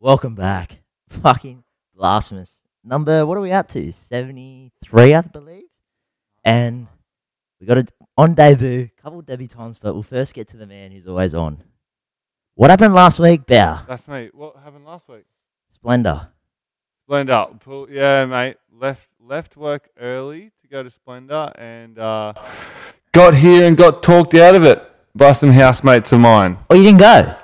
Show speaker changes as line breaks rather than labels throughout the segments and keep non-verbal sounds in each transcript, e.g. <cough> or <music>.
Welcome back. <laughs> Fucking blasphemous. Number, what are we out to? 73, I believe. And we got it on debut, couple debutants, but we'll first get to the man who's always on. What happened last week, Bow?
That's me. What happened last week?
Splendor.
Splendor. Pull, yeah, mate. Left left work early to go to Splendor and uh, got here and got talked out of it by some housemates of mine.
Oh, you didn't go?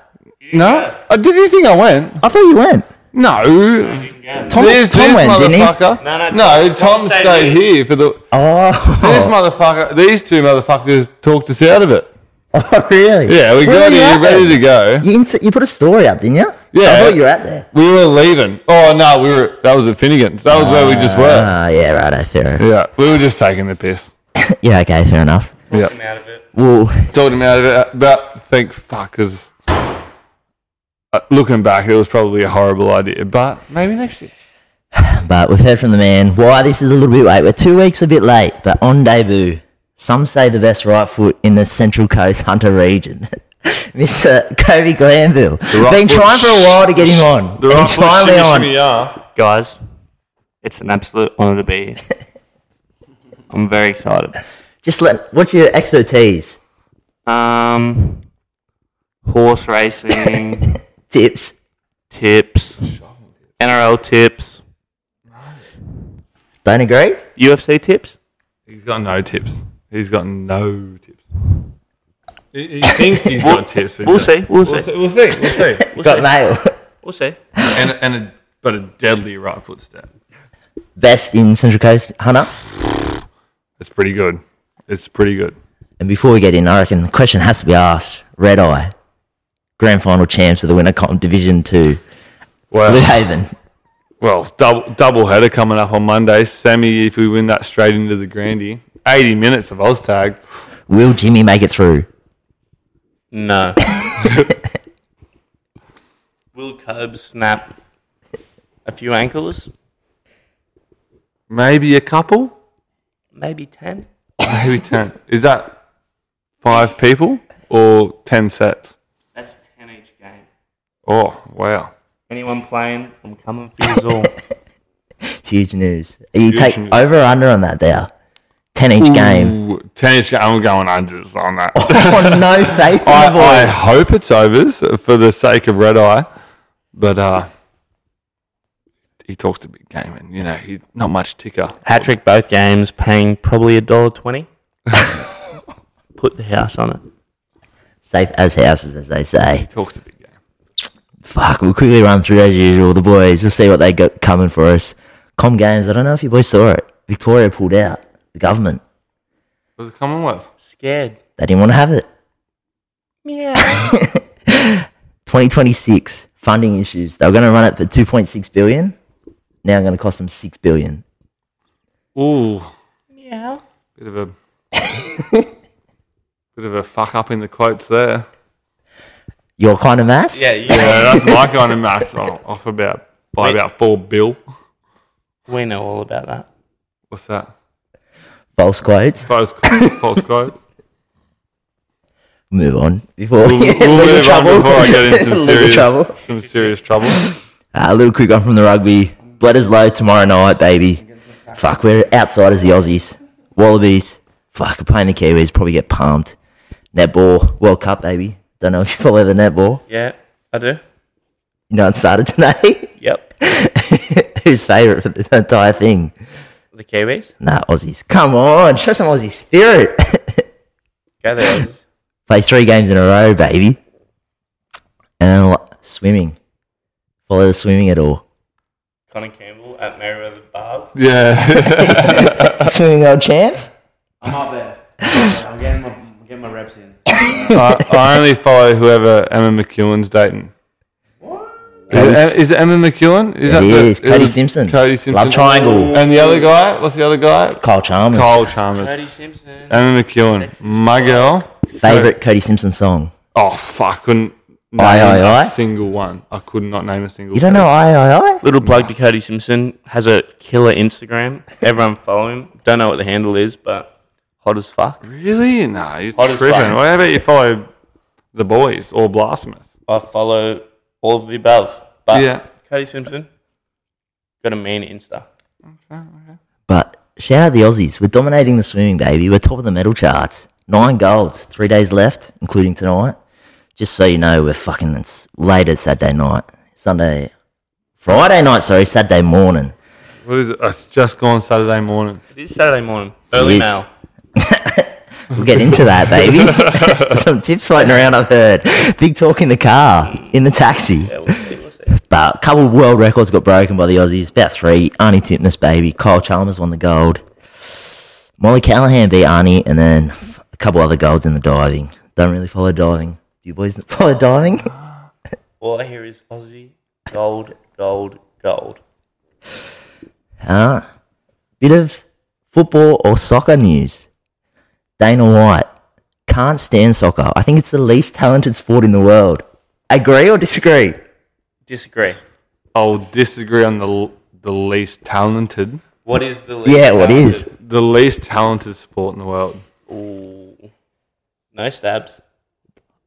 No, uh, did you think I went?
I thought you went.
No.
Tom,
This-
Tom
this
went, didn't he?
motherfucker.
No, no,
no.
Tom-
Tom,
Tom stayed
stayed
here.
here for the. This
<laughs> Oh,
motherfucker. These two motherfuckers talked us out of it.
oh really?
Yeah, we
Where
got
were you
here
at
ready
then?
to go.
You, ins- you put a story up, didn't you?
Yeah. Uh,
I thought you were out there.
We were leaving. Oh no, we were. That was at Finnegan's. That was where we just were.
Ah, yeah, righto, fair enough.
Yeah, we were just taking the piss.
Yeah, okay, fair enough.
Yeah.
out of it.
Well,
talked him out of it, but think, fuck, 'cause, uh, looking back, it was probably a horrible idea. But maybe next year.
But we've heard from the man why this is a little bit late. We're two weeks a bit late, but on debut, some say the best right foot in the Central Coast Hunter region. <laughs> Mr. Kobe Glanville.
right
Been
foot-
trying for a while to get him on. and he's finally on.
Guys, it's an absolute honour
<laughs>
to be here. I'm very excited.
Just let what's your expertise?
Um,
<laughs>
horse racing,
Tips.
tips, NRL tips,
Don't agree?
UFC tips.
He's got no tips. He's got no tips. He, he <laughs> thinks he's got tips. But he
We'll
doesn't.
see. We'll
We'll see.
see.
We'll see. We'll see.
We'll
Got
see.
mail. <laughs>
We'll see.
and and a, but a deadly right foot step.
Best in Central Coast Hunter.
It's pretty good. It's pretty good.
And before we get in, I reckon the question has to be asked. Red Eye. Grand final champs of the Winter Comp Division Two. Blue
Well,
Haven.
well, double double header coming up on Monday. Sammy, if we win that straight into the grandy, eighty minutes of Oztag.
Will Jimmy make it through?
No. <laughs> Will Cubs snap a few ankles?
Maybe a couple.
Maybe 10?
Maybe ten. Is that five people or ten sets?
That's 10 each game.
Oh wow!
Anyone playing, I'm coming for you
<laughs>
all.
Huge news. You take
news.
over or under on that there. Ten each game.
Ooh, ten each. I'm going unders on that.
<laughs> oh, no <laughs> faith. in
I,
the boy.
I hope it's overs for the sake of red eye, but uh, he talks a big game, and you know he's not much ticker.
Hat trick both games, paying probably a dollar
<laughs>
twenty. Put the house on it.
Safe as houses, as they say.
Talks a big game.
Fuck, we'll quickly run through as usual. The boys, we'll see what they got coming for us. Com games, I don't know if you boys saw it. Victoria pulled out. The government.
Was it Commonwealth?
Scared.
They didn't want to have it.
<laughs>
Meow.
2026 funding issues. They were going to run it for 2.6 billion. Now going to cost them 6 billion.
Ooh,
Meow.
<laughs>
bit of a bit of a fuck up in the quotes there.
Your kind of mass?
Yeah, you
Yeah, that's my kind of math. Oh, off about by
Wait.
about four bill.
we know all about that.
What's that?
False quotes.
False, false
<laughs>
quotes.
Move on. Before we
We'll move on before I get
<laughs>
into some serious
trouble.
some
<laughs>
serious trouble.
Uh, a little quick one from the rugby. Bledisloe tomorrow night, baby. Fuck, we're outsiders, the Aussies. Wallabies. Fuck, playing the Kiwis, probably get pumped. Netball, World Cup, baby. Don't know if you follow the netball.
Yeah, I do.
You know, it started today. <laughs>
Yep.
Who's favourite for the entire thing?
The Kiwis.
Nah, Aussies. Come on, show some Aussie spirit. <laughs>
Go the Aussies.
Play three games in a row, baby. And then, swimming. Follow the swimming at all.
Connor Campbell at Merriweather Bars.
Yeah.
<laughs> swimming old champs?
I'm up
<laughs>
there. I'm getting my, I'm getting my reps in.
I, I only follow whoever Emma McEwen's dating. Is, it- is it Emma McEwen? Is
It
the-
is. Cody
was
Simpson.
Cody Simpson.
Love triangle.
And the other guy? What's the other guy?
Kyle Chalmers.
Kyle Chalmers.
Cody Simpson.
Emma McEwen. My girl.
Favourite Cody Simpson song?
Oh fuck! Couldn't name
Aye, aye,
a
aye.
single one. I could not name a single.
You don't know I, I, I?
Little plug to Cody Simpson has a killer Instagram. Everyone follow him. Don't know what the handle is, but hot as fuck.
Really? Nah, you're
Hot as
tripping.
fuck.
Well, how about you follow the boys or Blasphemous?
I follow all of the above. But
Yeah.
Cody Simpson got a mean Insta.
But shout out the Aussies. We're dominating the swimming, baby. We're top of the medal charts. Nine golds, three days left, including tonight. Just so you know, we're fucking it's later Saturday night, Sunday, Friday night. Sorry, Saturday morning.
What is it? It's just gone Saturday morning.
It is Saturday morning, early
Yes.
mail.
We'll get into that, baby. <laughs> Some tips floating around. I've heard big talk in the car, in the taxi.
Yeah, we'll see, we'll see.
But a couple of world records got broken by the Aussies. About three. Arnie Tipnis, baby. Kyle Chalmers won the gold. Molly Callahan beat Arnie, and then f- a couple other golds in the diving. Don't really follow diving. Do you boys <laughs> follow diving?
All I hear is Aussie gold, gold, gold.
Huh? Bit of football or soccer news. Dana White can't stand soccer. I think it's the least talented sport in the world. Agree or disagree?
Disagree.
I'll disagree on the l- the least talented,
What is the least
Yeah, what is?
the least talented sport in the world.
talented? Ooh. No stabs.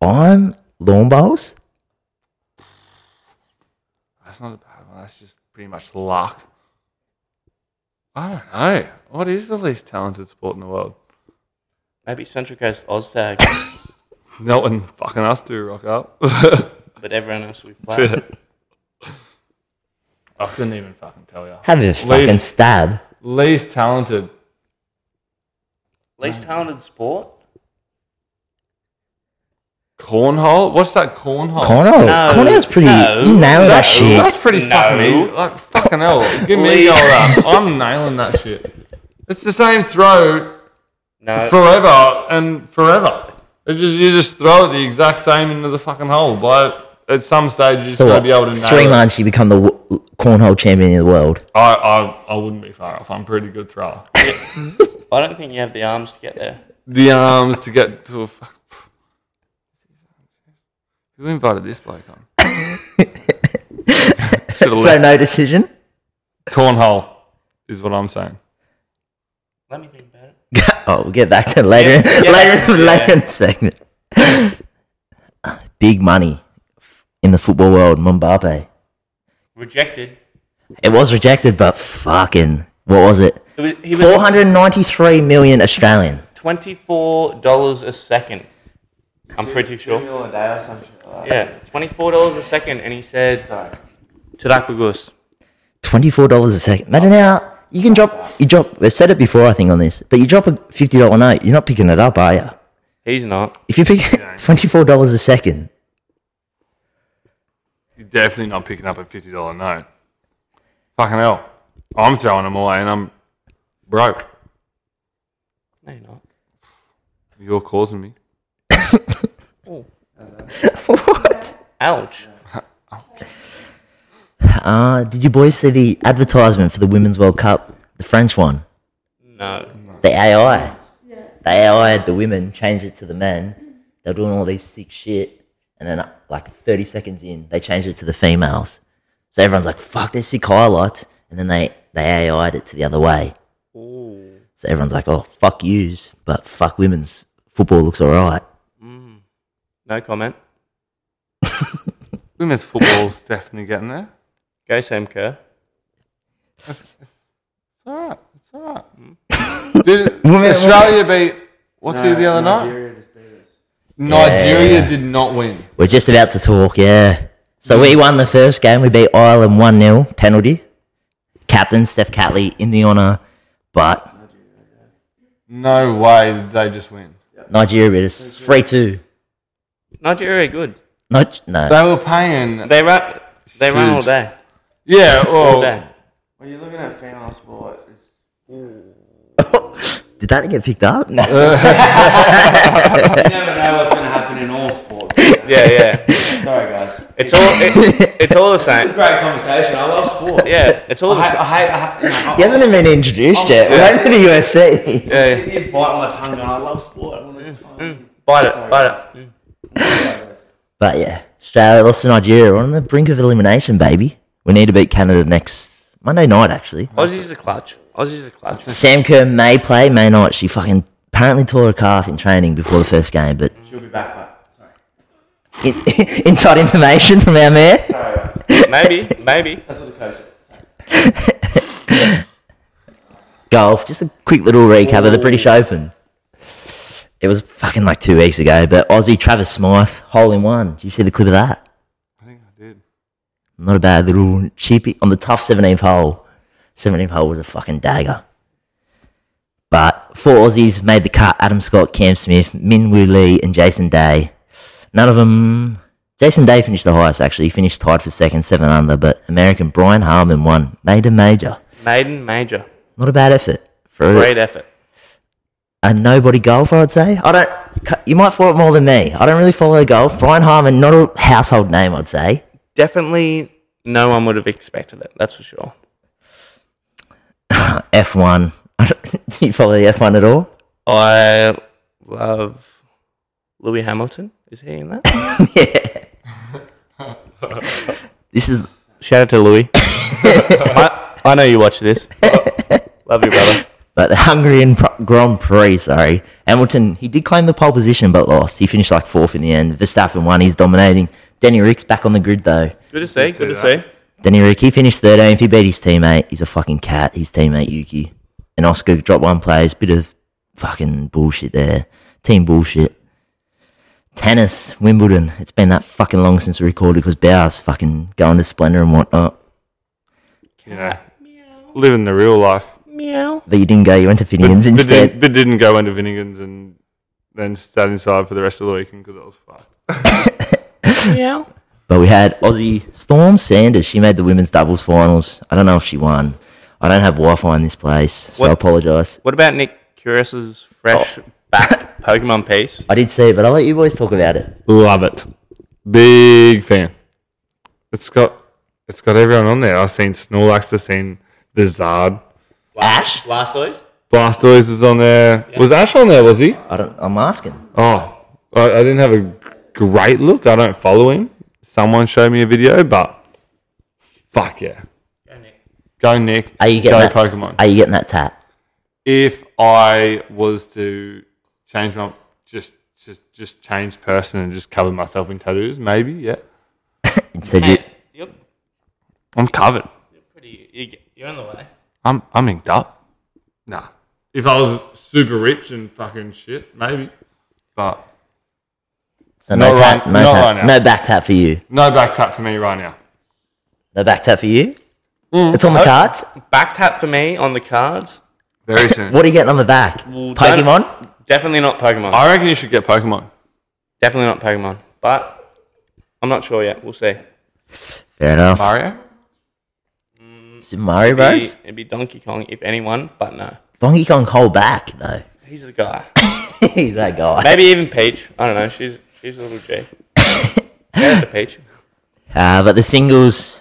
I'm lawn bowls.
That's not a bad one. That's just pretty much luck. I don't know. What is the least talented sport in the world?
Maybe Central Coast Oztag,
No one fucking us to rock up. <laughs>
but everyone else we play.
I couldn't even fucking tell you.
Have a fucking stab.
Least talented.
least talented sport?
Cornhole? What's that cornhole?
Cornell.
No,
Cornell's pretty.
no,
you nailed that
no.
shit.
That's pretty
No.
fucking easy. Like, fucking hell. Give me
Least-
all that. I'm nailing that shit. It's the same throw
No.
forever and forever. It just, you just throw it the exact same into the fucking hole. But at some stage, you just
So
got to
what,
be able to nail
three
it.
months, you become the w- cornhole champion of the world.
I, I, I wouldn't be far off. I'm a pretty good thrower.
I don't think you have the arms to get there.
the arms to get to a fuck. Who invited this bloke on?
<laughs>
Should
Oh,
have
So
left.
no decision.
Cornhole is what I'm saying.
Let me think about it.
oh, we'll get back to it later. <laughs>
Yeah,
later,
yeah.
later in the segment. Big money in the football world, Mbappe.
Rejected.
It was rejected, but fucking what was it?
It was, he was
Four hundred ninety-three million Australian.
twenty-four dollars a second. I'm pretty sure.
Million a day or something like that.
Yeah, twenty-four dollars a second, and he said
Sorry.
Tadapagus.
Twenty-four dollars a second. Imagine how you can drop. You drop. I've said it before, I think, on this, but you drop a fifty-dollar note. You're not picking it up, are you?
He's not.
If you pick <laughs> twenty-four dollars a second,
You're definitely not picking up a fifty dollar note. Fucking hell, I'm throwing them away and I'm broke.
No, you're not.
You're causing me.
what?
Ouch.
Uh, did you boys see the advertisement for the Women's World Cup, the French one?
No.
The AI. The AI had the women change it to the men. They were doing all these sick shit. And then, uh, like 30 seconds in, they changed it to the females. So everyone's like, fuck, they're sick highlights. And then they, they AI'd it to the other way.
Ooh.
So everyone's like, oh, fuck yous, but fuck women's football looks all right.
No comment.
Women's football's definitely getting there.
Go Sam Kerr.
It's all right. It's all right. Did Australia beat what's it the other night?
Nigeria just beat us.
Nigeria
Yeah.
did not win.
We're just about to talk, yeah. So we won the first game. We beat Ireland 1 0, penalty. Captain Steph Catley in the honour, but
No way did they just win.
Nigeria beat us 3 2.
Nigeria, good.
Not, no.
They were paying.
They run. They run all
Huge.
day.
Yeah,
All
well,
day.
When you're looking at female sport, it's
Did that get picked up? <laughs> No.
you never know what's going to happen in all sports.
Yeah, yeah.
<laughs> Sorry, guys.
It's all. It, it's all the
It's a
same.
great conversation. I love sport.
Yeah, it's all
I,
the
hate-
same.
I hate. I hate no, I-
He hasn't even been introduced yet. We're going to the UFC.
I
Yeah,
sit here biting my tongue, and I love sport. I want to try and-
Bite it.
Sorry,
Bite it.
guys.
But yeah, Australia lost to Nigeria. We're on the brink of elimination, baby. We need to beat Canada next Monday night, actually.
Aussies are clutch. Aussies are clutch.
Sam Kerr may play, may not. She fucking apparently tore her calf in training before the first game, but
She'll be back, but sorry.
in- inside information from our man.
maybe, maybe.
That's what the coach.
golf. Just a quick little recap of the British Open. It was fucking like two weeks ago, but Aussie Travis Smythe, hole in one. Did you see the clip of that?
I think I did.
Not a bad little cheapie on the tough 17th hole. 17th hole was a fucking dagger. But four Aussies made the cut Adam Scott, Cam Smith, Min Woo Lee, and Jason Day. None of them. Jason Day finished the highest, actually. He finished tied for second, seven under, but American Brian Harmon won. Made a major.
Maiden major.
Not a bad effort. For a-
Great effort.
a nobody golfer, I'd say. I don't. cu- You might follow it more than me. I don't really follow golf. Brian Harmon, not a household name, I'd say.
Definitely no one would have expected it, that's for sure.
F one. <laughs> Do you follow the F one at all?
I love Louis Hamilton. Is he in that?
yeah. this is
Shout out to <laughs> Louis. I, I know you watch this. love you, brother.
but the Hungarian Pro- Grand Prix. Sorry, Hamilton. He did claim the pole position but lost. He finished like fourth in the end. Verstappen won. He's dominating. Danny Rick's back on the grid though.
Good to see. Good to
see
see.
Danny Rick. He finished thirteenth. He beat his teammate. He's a fucking cat. His teammate Yuki and Oscar dropped one plays. Bit of fucking bullshit there. Team bullshit. Tennis, Wimbledon. It's been that fucking long since we recorded because Bowers fucking going to Splendor and whatnot.
You know, living the real life.
Meow.
But you didn't go. You went to
But,
Finnegan's
but
instead.
didn't, but didn't go into Vinnegans and then sat inside for the rest of the weekend because I was fucked.
Meow.
But we had Aussie Storm Sanders. She made the women's doubles finals. I don't know if she won. I don't have Wi-Fi in this place, so I
What-
apologise.
What about Nick Curious's fresh back Pokemon piece?
I did see it, but I'll let you boys talk about it.
Love it. Big fan. It's got it's got everyone on there. I've seen Snorlax, I've seen the Zard.
Ash,
Last noise?
Blastoise was on there. Was Ash on there, was he?
I don't. I'm asking.
Oh, I, I didn't have a great look. I don't follow him. Someone showed me a video, but fuck yeah. Go Nick.
Are you
Go
getting that?
Pokemon.
Are you getting that tat?
if I was to change my just just just change person and just cover myself in tattoos, maybe yeah,
Instead, you,
Hey, you're
I'm covered.
pretty. you get- You're on the way.
I'm I'm inked up. Nah. If I was super rich and fucking shit, maybe. But
so no
Not
tat,
right-
no
not
tat,
right now.
no back tap for you.
no back tap for me right now.
No back tap for you.
Mm.
It's
Oh.
on the cards.
Back tap for me on the cards.
<laughs>
Very soon.
What are you getting on the back?
Well, don't-
Pokemon.
Definitely not Pokemon.
I reckon you should get Pokemon.
Definitely not Pokemon. But I'm not sure yet. We'll see.
Fair enough.
Mario?
Super Mario
It'd be,
Bros.
it'd be Donkey Kong, if anyone, but no.
Donkey Kong hold back though. <laughs>
He's the <laughs> guy.
He's that guy.
Maybe even Peach. I don't know. She's she's a little <coughs> G. Shout out to Peach.
Uh, but the singles,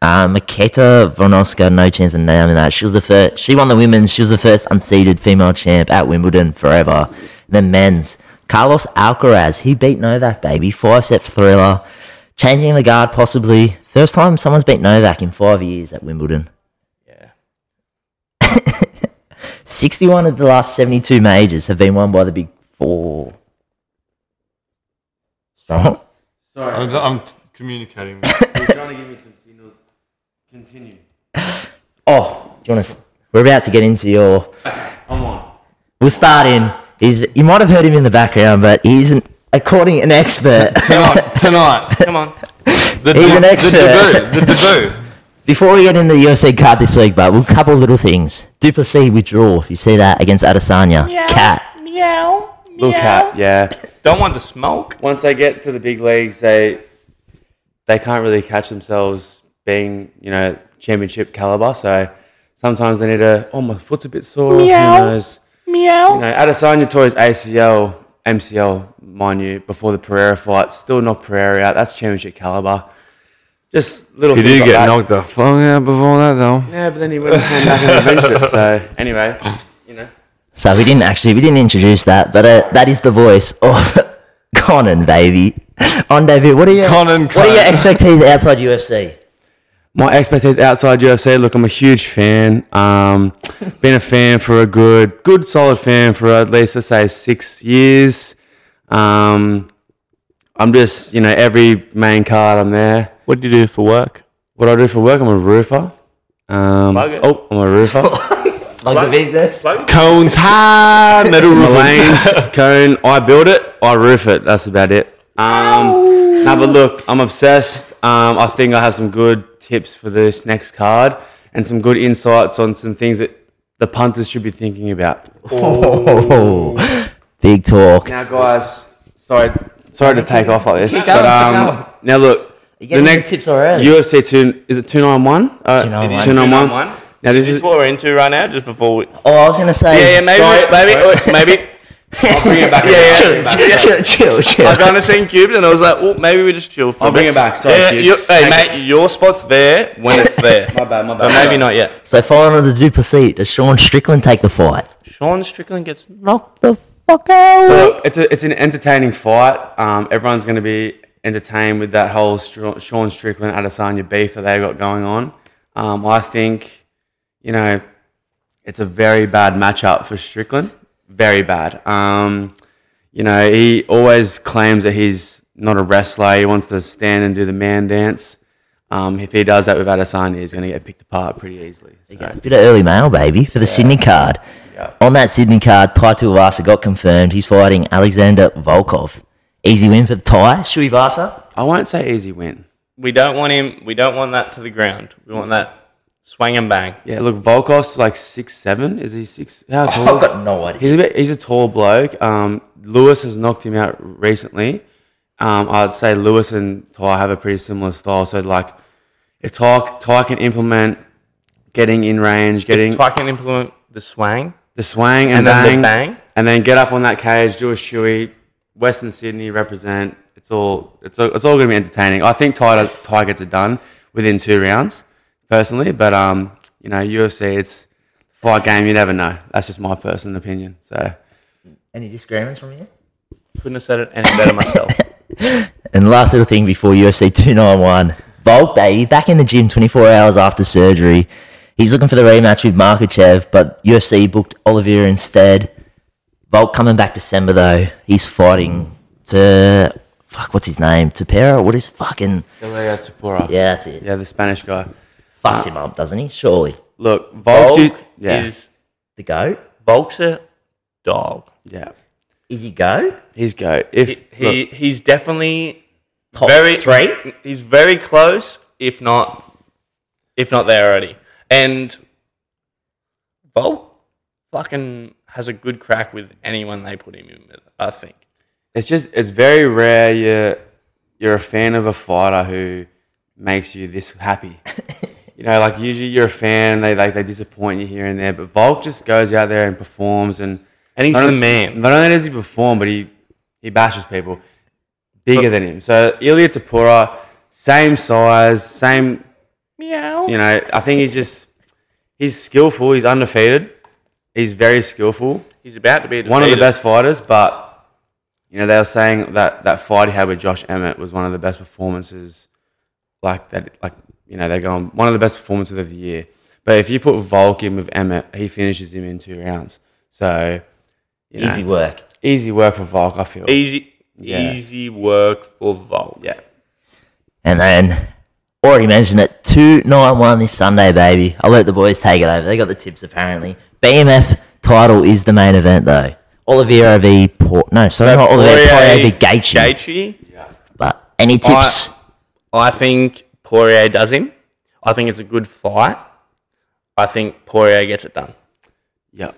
uh, Maketa Von Oscar, no chance of naming that. She was the first. She won the women's. She was the first unseeded female champ at Wimbledon forever. Then men's, Carlos Alcaraz, he beat Novak, baby, five set thriller, changing the guard possibly. First time someone's beat Novak in five years at Wimbledon.
Yeah.
61 of the last 72 majors have been won by the big four. Strong.
Sorry,
I'm, I'm communicating.
he's trying to give me some signals. Continue.
Oh, do you want to? We're about to get into your
I'm on.
We'll start in. He's. You might have heard him in the background, but he's an, according an expert. <laughs>
<laughs>
tonight. Tonight.
Come on.
The,
He's an
the,
expert.
The debut. The debut.
Before we get into the UFC card this week, but we'll couple little things. Duplessis withdraw. You see that against Adesanya. Cat.
Little cat.
Yeah.
Don't want the smoke.
Once they get to the big leagues, they they can't really catch themselves being you know championship caliber. So sometimes they need a oh my foot's a bit sore. Who knows? Meow. You know, Adesanya tore his ACL, MCL, mind you, before the Pereira fight. Still not Pereira out. That's championship caliber. Just little.
He
things
did
like
get
that.
knocked the fuck out before that though.
Yeah, but then he went and came back and avenged it. So anyway, you know.
So we didn't actually. We didn't introduce that, but uh, that is the voice of <laughs> Conan, baby. On debut. What are your
Conan
What are your
Conan.
expectations outside UFC?
my expertise outside UFC. Look, I'm a huge fan. Um, been a fan for a good, good, solid fan for at least I say six years. Um, I'm just, you know, every main card I'm there.
What do you do for work?
What I do for work, I'm a roofer. Um,
Plug it.
oh, I'm a roofer.
Like the business.
Cones hard, metal roof lanes, cone. I build it, I roof it. That's about it. Um, nah, but look, I'm obsessed. Um, I think I have some good tips for this next card and some good insights on some things that the punters should be thinking about.
Big talk.
Now, guys, sorry, sorry to take off like this,
Keep going,
but
keep
um,
going.
now look,
getting your tips already.
UFC two is it two nine one? Uh,
291. It is
291.
291.
Now this
Is
is
this what we're into right now? Just before we.
Oh, I was gonna say. <laughs>
Yeah, yeah, maybe,
Sorry.
maybe, oh, maybe. I'll bring it back.
Yeah, yeah,
Bring it back.
Chill, chill, chill, <laughs>
I've
chill.
gone to St. Cubed and I was like, oh, maybe we just chill for
I'll
a bit.
bring it back. Sorry,
yeah,
dude.
you- hey, mate, your spot's there when it's there.
<laughs> my bad, my bad.
But maybe not yet.
So following on the duper seat, does Sean Strickland take the fight?
Sean Strickland gets knocked the fuck out.
Look, it's a, it's an entertaining fight. Um, everyone's going to be entertained with that whole Str- Sean Strickland Adesanya beef that they got going on. Um, I think, you know, it's a very bad matchup for Strickland. Very bad. Um, you know, he always claims that he's not a wrestler. He wants to stand and do the man dance. Um, if he does that with Adesanya, he's going to get picked apart pretty easily. So,
Bit of early mail, baby, for the Sydney card.
Yeah.
On that Sydney card, Tai Tuivasa got confirmed. He's fighting Alexander Volkov. Easy win for the Thai. Tuivasa.
I won't say easy win.
We don't want him. We don't want that to the ground. We want that swang and bang.
Yeah, look, Volkov's like six seven. Is he six? How tall? is
I've
he?
got no idea.
He's a bit, he's a tall bloke. Um, Lewis has knocked him out recently. Um, I'd say Lewis and Ty have a pretty similar style. So like, if Ty, Ty can implement getting in range, getting
If I can implement the swang
the swang and,
and then
bang,
the bang,
and then get up on that cage, do a shoey, Western Sydney represent. It's all it's all, it's all going to be entertaining. I think Ty Ty gets it done within two rounds, personally. But um, you know, UFC it's fight game. You never know. That's just my personal opinion. So.
Any disagreements from you?
couldn't have said it any better
<laughs>
myself.
And last little thing before UFC 291, Volk baby back in the gym 24 hours after surgery. He's looking for the rematch with Markachev, but UFC booked Oliveira instead. Volk coming back December though. He's fighting to fuck what's his name? Tapera? What is fucking
Ilya Tapura. Yeah.
Yeah, that's it.
the Spanish guy.
Fucks him up, doesn't he? Surely.
Look,
Volk
Volk. Yeah.
is
The goat?
Volk's a dog.
yeah.
Is he goat?
He's go. If
He,
look,
he he's definitely
Top
very
three?
He's very close, if not, if not there already. And Volk fucking has a good crack with anyone they put him in with. I think.
it's just it's very rare you you're a fan of a fighter who makes you
<laughs>
this happy. you know, like usually you're a fan, they like they disappoint you here and there, but Volk just goes out there and performs and
And he's
not
the
only-
man.
Not only does he perform, but he he bashes people bigger than him. So Ilya Tapura, same size, same
Meow.
you know, I think he's just he's skillful. He's undefeated. He's very skillful.
He's about to be
One of the
defeated.
best fighters, but you know they were saying that that fight he had with Josh Emmett was one of the best performances. Like that, like you know they're going one of the best performances of the year. But if you put Volk in with Emmett, he finishes him in two rounds. So you know,
Easy work.
easy work for Volk. I feel.
Easy,
Yeah.
easy work for Volk.
Yeah.
And then already mentioned it, two nine one this Sunday, baby. I'll let the boys take it over. They got the tips apparently. BMF title is the main event though. Oliveira v Port. No, sorry, not Oliveira. Poirier v Gaethje.
Gaethje.
But any tips?
I think Poirier does him. I think it's a good fight. I think Poirier gets it done.
Yeah.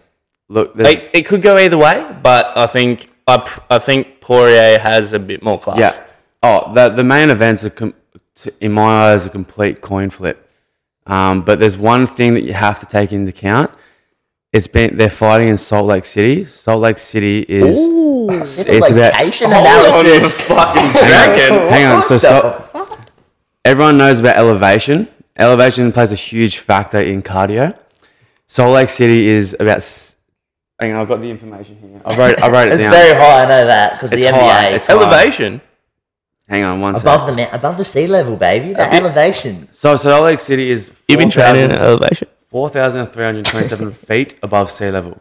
Look, there's-
It, it could go either way, but I think I, pr- I think Poirier has a bit more class.
Yeah. Oh, the the main events are com- t- in my eyes a complete coin flip. Um, but there's one thing that you have to take into account. It's been they're fighting in Salt Lake City. Salt Lake City is it's, it's about
Location
On
analysis.
the
<laughs>
fucking
hang on,
second.
hang on. So, so everyone knows about elevation. Elevation plays a huge factor in cardio. Salt Lake City is about. s- Hang on, I've got the information here. I wrote I wrote it
It's
down.
very high. I know that because the
It's
NBA
high, it's high.
Elevation.
hang on, one second.
above the ma- above the sea level, baby. The elevation.
So Salt Lake City is
You've been training uh,
4,000
at elevation. <laughs>
4,327 feet above sea level.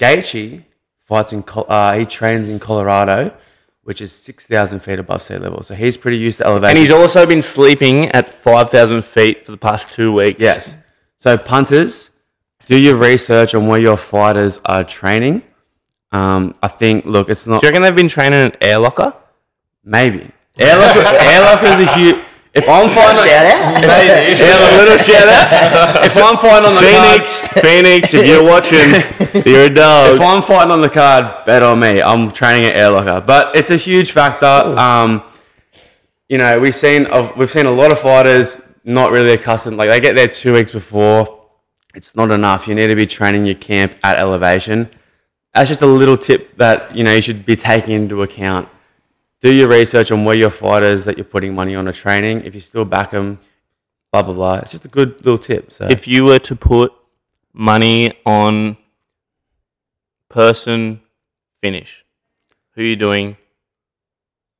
Gaethje fights in, Col- uh, he trains in Colorado which is 6,000 feet above sea level. So he's pretty used to elevation.
And he's also been sleeping at 5,000 feet for the past two weeks.
Yes. So punters, do your research on where your fighters are training. Um, I think, look, it's not
Do you reckon they've been training an air locker?
maybe airlocker. airlocker is a huge. If I'm fighting, <laughs>
Shout out.
Yeah, a little shout out. <laughs> If I'm fighting on the
Phoenix,
card,
Phoenix, if you're watching,
<laughs>
you're a dog.
if I'm fighting on the card, bet on me. I'm training at airlocker, but it's a huge factor. Um, you know, we've seen uh, we've seen a lot of fighters not really accustomed. Like they get there two weeks before, it's not enough. You need to be training your camp at elevation. That's just a little tip that you know you should be taking into account. Do your research on where your fighters that you're putting money on are training. If you still back them, blah blah blah. It's just a good little tip. So
if you were to put money on person finish, who are you doing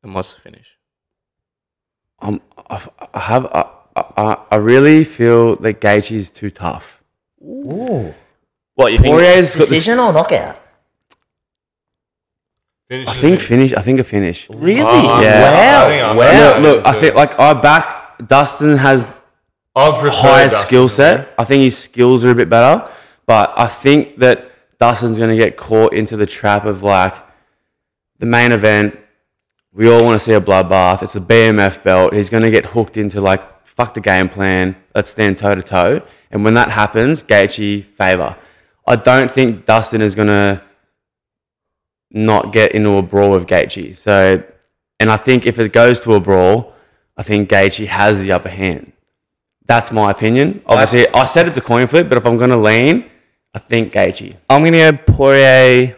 and what's the finish?
I'm, um, I, f- I have, I, I, I really feel that Gaethje is too tough.
Ooh.
What you think?
Poirier's got
Decision
the,
or knockout?
Finish
I
the
think
finish.
finish. I think a finish.
Really?
Oh,
Yeah.
I think I'm-
Look, look, I think like I back Dustin has
I'd prefer
higher
Dustin.
skill set. I think his skills are a bit better, but I think that Dustin's going to get caught into the trap of like the main event. We all want to see a bloodbath. It's a BMF belt. He's going to get hooked into like fuck the game plan. Let's stand toe to toe. And when that happens, Gaethje favor. I don't think Dustin is going to not get into a brawl with Gaethje. So, and I think if it goes to a brawl, I think Gaethje has the upper hand. That's my opinion. Obviously, I, said it's a coin flip, but if I'm going to lean, I think Gaethje.
I'm going to go Poirier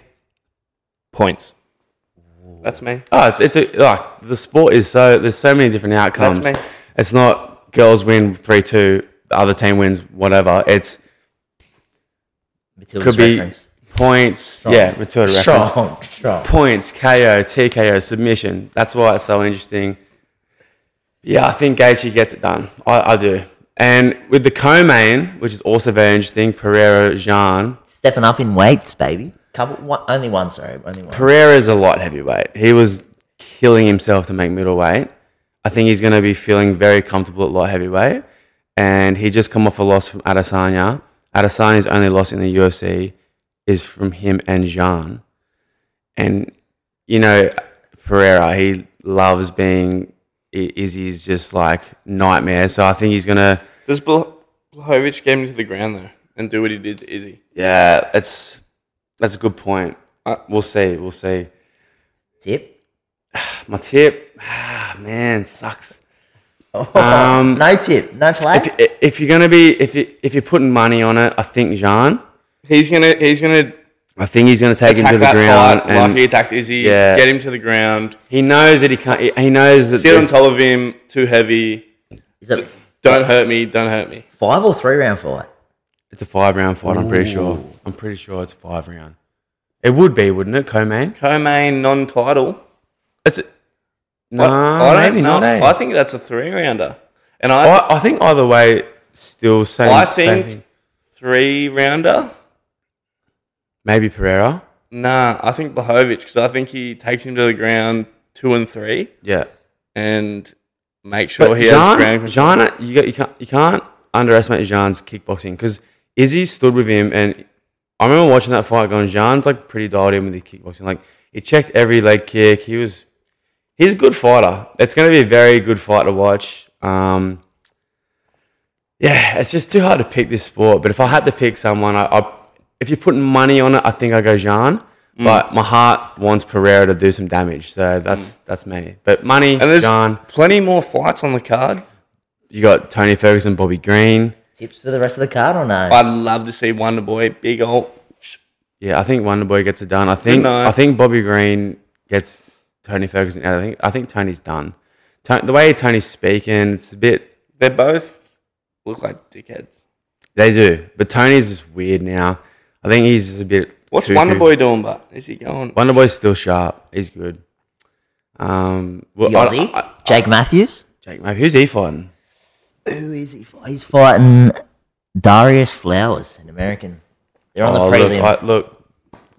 points. That's me.
Oh, it's, it's a, like the sport is so there's so many different outcomes.
That's me.
It's not girls win three two, the other team wins whatever. It's
Matilda's
Could be-
reference.
points. Yeah, Matilda reference.
Strong, strong.
Points, KO, TKO, submission. That's why it's so interesting. Yeah, I think Gaethje gets it done. I, I do. And with the co-main, which is also very interesting, Pereira Jean.
Stepping up in weights, baby. Couple, one, only one, sorry. Only one.
Pereira's a light heavyweight. He was killing himself to make middleweight. I think he's going to be feeling very comfortable at light heavyweight. And he just come off a loss from Adesanya. Adesanya's only loss in the UFC is from him and Jean. And, you know, Pereira, he loves being I- Izzy's just like nightmare. So I think he's going to,
Does Blahovic get him to the ground, though, and do what he did to Izzy?
yeah, it's, that's a good point. Uh, we'll see. We'll see.
Tip.
My tip, <sighs> ah, man, sucks.
Um, no tip. No flag.
if, if you're gonna be if you if you're putting money on it, I think Jean.
He's going to he's gonna
I think he's gonna take him
attack
to the
that
ground,
fight like
and
he attacked Izzy,
Yeah.
get him to the ground,
he knows that he can't. He, he knows that.
sit on
there's-
top of him, too heavy,
Is it
don't hurt me, don't hurt me.
five or three round fight?
It's a five round fight. I'm pretty sure. I'm pretty sure it's a five round. It would be, wouldn't it, co-main?
Co-main non-title.
It's a, no,
I, I don't
maybe
know.
not. eh?
I think that's a three rounder, and I
I, I think either way, still same.
I
same
think
thing.
three rounder.
maybe Pereira.
Nah, I think Blahovic because I think he takes him to the ground two and three
Yeah,
and make
but
sure he has ground
Jean,
control.
Jean, you, got, you can't you can't underestimate Jean's kickboxing because Izzy stood with him and I remember watching that fight going, Jean's like pretty dialed in with the kickboxing. Like he checked every leg kick. He was he's a good fighter. It's gonna be a very good fight to watch. Um yeah, it's just too hard to pick this sport. But if I had to pick someone, I, I if you're putting money on it, I think I go Jean.
Mm.
But my heart wants Pereira to do some damage, so that's that's me. But money,
Mm. and there's
Jean.
plenty more fights on the card.
You got Tony Ferguson, Bobby Green.
Tips for the rest of the card or no?
I'd love to see Wonder Boy, big old.
Yeah, I think Wonderboy gets it done. I think
night.
I think Bobby Green gets Tony Ferguson out. I think I think Tony's done. Ton the way Tony's speaking, it's a bit
They both look like dickheads.
they do, but Tony's just weird now. I think he's just a bit.
What's
cuckoo.
Wonder Boy doing? But is he going?
Wonderboy's still sharp. He's good. Um, well, I-
Yossi?
I-
Jake Matthews?
Jake, mate, who's he fighting?
Who is he? fi- He's fighting Darius Flowers, an American. They're on the
Oh, look,
prelim.
I, look,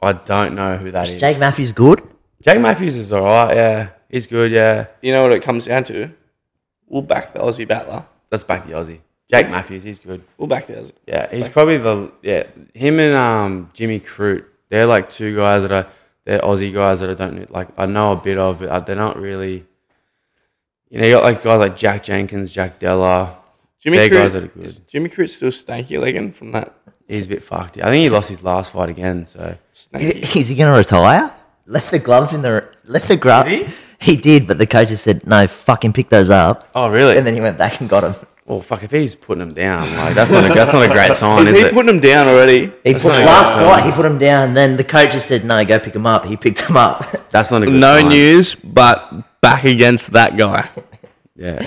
I don't know who that is.
Jake Matthews good? <laughs>
Jake Matthews is all right. Yeah, he's good. Yeah,
You know what it comes down to? We'll back the Aussie battler.
let's back the Aussie. Jake Matthews, he's good.
We'll back the Aussie.
Yeah, he's probably the yeah. Him and um Jimmy Crute, they're like two guys that are they're Aussie guys that I don't know, like. I know a bit of, but uh, they're not really. You know, you got like guys like Jack Jenkins, Jack Della.
Jimmy
They're
Crute,
guys that are good.
is Jimmy Crute's still stanky legging from that.
He's a bit fucked. I think he lost his last fight again. So
Is,
Stanky.
is he going to retire? Left the gloves in the left the glove.
Did
he? did, but the coaches said no. Fucking pick those up,
oh really?
and then he went back and got them.
well, fuck if he's putting him down, like that's not a, that's
<laughs>
not a great sign,
Is
is
he
it?
putting him down already?
He put
not a
last
good
fight. He put him down. Then the coaches said no. Go pick him up. He picked him up. <laughs>
that's not a good
No
sign.
news, but back against that guy.
Yeah,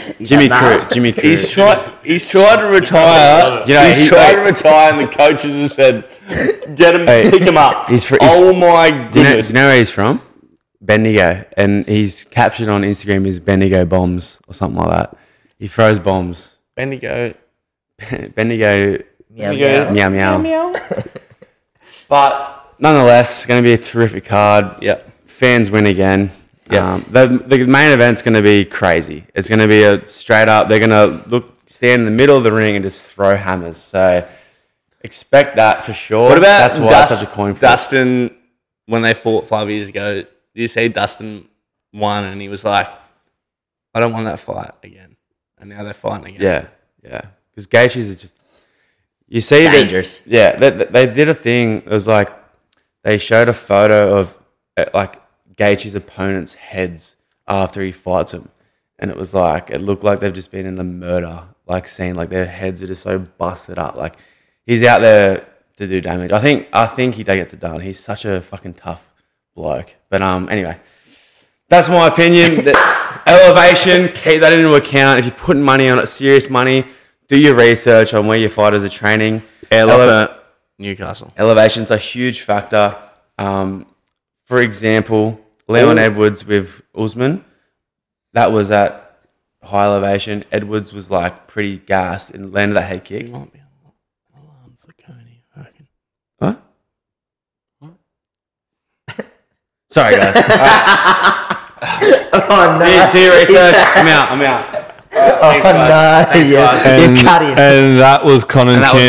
done
Jimmy
that.
Crute. Jimmy Crute.
He's tried. He's tried to retire.
You know,
he's
he-
tried to retire, and the coaches have said, "Get him,
Hey,
pick him up."
he's fr- he's-
oh my
Do you, know, do
goodness!
you know where he's from? Bendigo. And he's captured on Instagram as Bendigo Bombs or something like that. He throws bombs.
Bendigo.
Bendigo,
yeah,
Yeah.
yeah.
meow, meow.
Meow. <laughs> but
Nonetheless, going to be a terrific card.
yeah,
Fans win again.
Yeah.
Um, the, the main event's going to be crazy. It's going to be a straight up, they're going to look stand in the middle of the ring and just throw hammers. So expect that for sure.
what about
That's why that's
Dust-
such a coin flip.
Dustin when they fought five years ago? You see, Dustin won, and he was like, "I don't want that fight again." And now they're fighting again.
Yeah, yeah. Because Gaethje's is just you see that-
Dangerous.
yeah, they, they- they did a thing. It was like they showed a photo of uh, like Gaethje's opponents' heads after he fights him, and it was like it looked like they've just been in the murder like scene. Like their heads are just so busted up. Like he's out there to do damage. I think I think he gets it done. He's such a fucking tough bloke. But um, anyway. That's my opinion. That elevation, keep that into account. If you're putting money on it, serious money, do your research on where your fighters are training. Ele-
Newcastle.
elevation's a huge factor. Um, for example, Leon
Ooh.
Edwards with Usman, that was at high elevation. Edwards was like pretty gassed and landed that head kick.
Might be an alarm for Coney, I reckon.
Huh? Sorry, guys.
<laughs>
All right,
Oh no!
do, do your research. I'm out. I'm out.
oh
Thanks, guys.
no!
Thanks,
yeah.
guys.
And,
you cut him.
and that was Conan
that was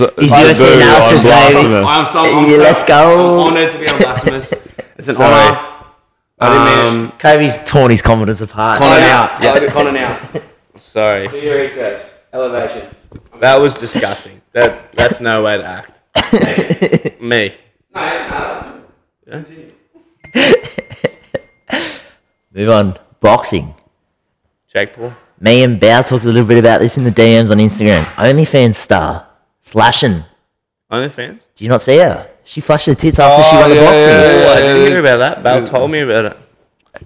me.
Campbell's
He's UFC
debut
analysis,
on
baby.
Blasphemous.
I'm so
Yeah, let's go.
I'm honored to be on <laughs> Blasphemous. It's an
Sorry.
honor.
I didn't
Um,
Kobe's torn his confidence apart.
Conan
Yeah.
out. Yeah, Conan out.
Sorry.
Do your research. Elevation.
That was disgusting. That that's no way to act. Me.
Move on. Boxing.
Jake Paul.
Me and Bao talked a little bit about this in the DMs on Instagram. OnlyFans star flashing.
OnlyFans?
Do you not see her? She flashed her tits after she won the
yeah,
boxing.
yeah, yeah.
Oh, I didn't hear about that. Val told me about it.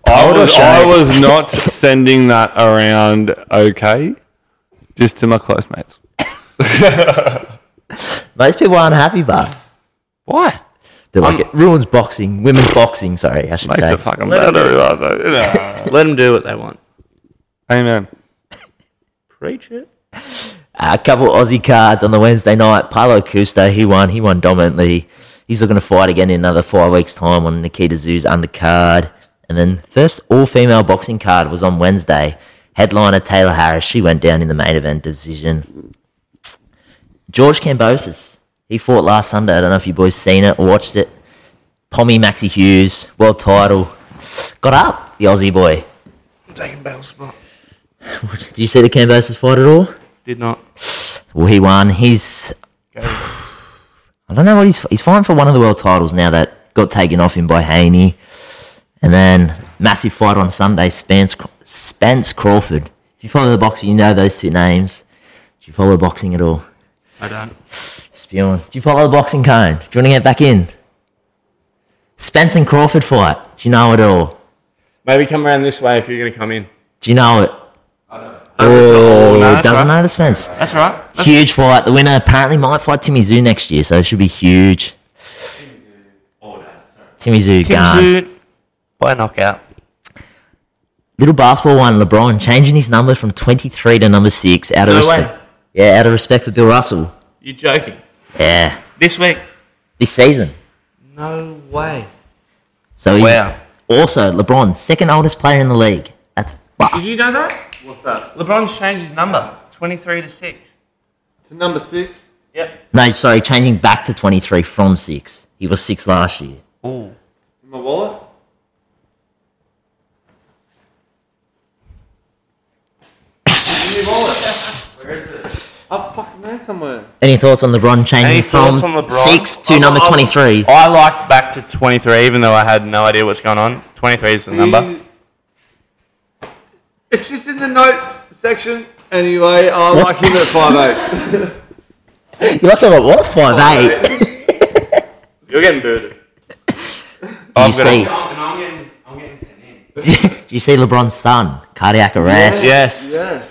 I
Hold on,
was,
Shane.
I was not sending that around, okay? Just to my close mates.
Most people aren't happy, but
Why?
they're like it ruins boxing, women's boxing. Sorry, I should
Makes
say.
it fucking
Let 'em
better. like, you
<laughs>
know.
Let them do what they want.
Amen.
Preach it.
A couple Aussie cards on the Wednesday night. Paulo Custa, he won. He won dominantly. He's looking to fight again in another five weeks' time on Nikita Zoo's undercard. And then first all-female boxing card was on Wednesday. Headliner Taylor Harris, she went down in the main event decision. George Cambosis, he fought last Sunday. I don't know if you boys seen it or watched it. Pommy Maxi Hughes, world title, got up the Aussie boy.
Taking
<laughs>
battle spot.
Did you see the Cambosis fight at all?
Did not.
Well, he won. He's. <sighs> I don't know what he's. He's fighting for one of the world titles now that got taken off him by Haney. And then, massive fight on Sunday, Spence, Spence Crawford. If you follow the boxing, you know those two names. Do you follow boxing at all?
I don't.
Spewing. Do you follow the boxing cone? Do you want to get back in? Spence and Crawford fight. Do you know it all?
Maybe come around this way if you're gonna come in.
Do you know it? Oh,
no, that's
doesn't
right.
know the Spence.
That's right.
Huge fight. The winner apparently might fight Timmy Zoo next year, so it should be huge. Timmy Zoo, gone.
By knockout.
Little basketball one, LeBron changing his number from 23 to number 6 out of
No way.
respect. Yeah, out of respect for Bill Russell.
You're joking.
Yeah,
This week?
this season.
No way.
So he,
Wow.
Also, LeBron, second oldest player in the league. That's fuck.
Did you know that? What's that? LeBron's changed his number, twenty-three to six.
To number six.
Yep.
No, sorry, changing back to 23 from 6. He was 6 last year.
Ooh.
In my wallet. I fucking know somewhere.
Any thoughts on LeBron changing
Any
from
thoughts on LeBron?
6 to
I'm-
number
I'm-
23?
I liked back to 23, even though I had no idea what's going on. 23 is the number.
It's just in the note section. Anyway, I
What's-
like him at 5'8.
You're lucky about what? 5'8?
Oh,
<laughs>
You're getting booted.
Do
I'm
you see?
gonna-
I'm getting, I'm getting sent in.
<laughs> Do you see LeBron's son? Cardiac arrest.
Yes.
yes.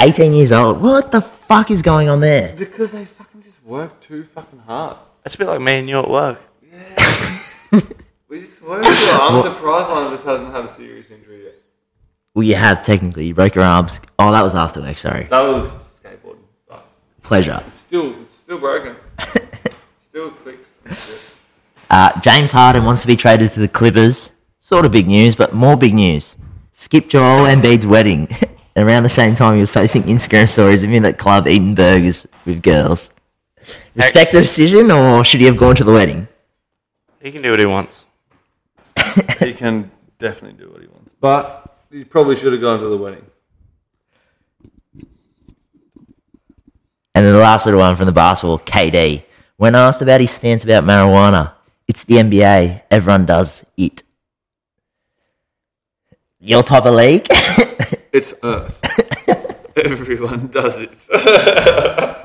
18 years old. What the fuck is going on there?
Because they fucking just work too fucking hard.
That's a bit like me and you at work.
We just work too hard. I'm surprised one of us hasn't had a serious injury yet.
Well, you have technically. You broke your arms. Oh, that was after work. Sorry.
That was skateboarding. But
Pleasure.
still, it's still broken. still clicks. and shit.
Uh, James Harden wants to be traded to the Clippers. Sort of big news, but more big news. Skip Joel Embiid's wedding. <laughs> Around the same time, he was posting Instagram stories of him at club eating burgers with girls. Respect the decision, or should he have gone to the wedding?
He can do what he wants.
he can definitely do what he wants. But he probably should have gone to the wedding.
And then the last little one from the basketball, KD. When asked about his stance about marijuana, it's the NBA. Everyone does it. Your type of league? <laughs>
It's <laughs> Earth. Everyone does it. I,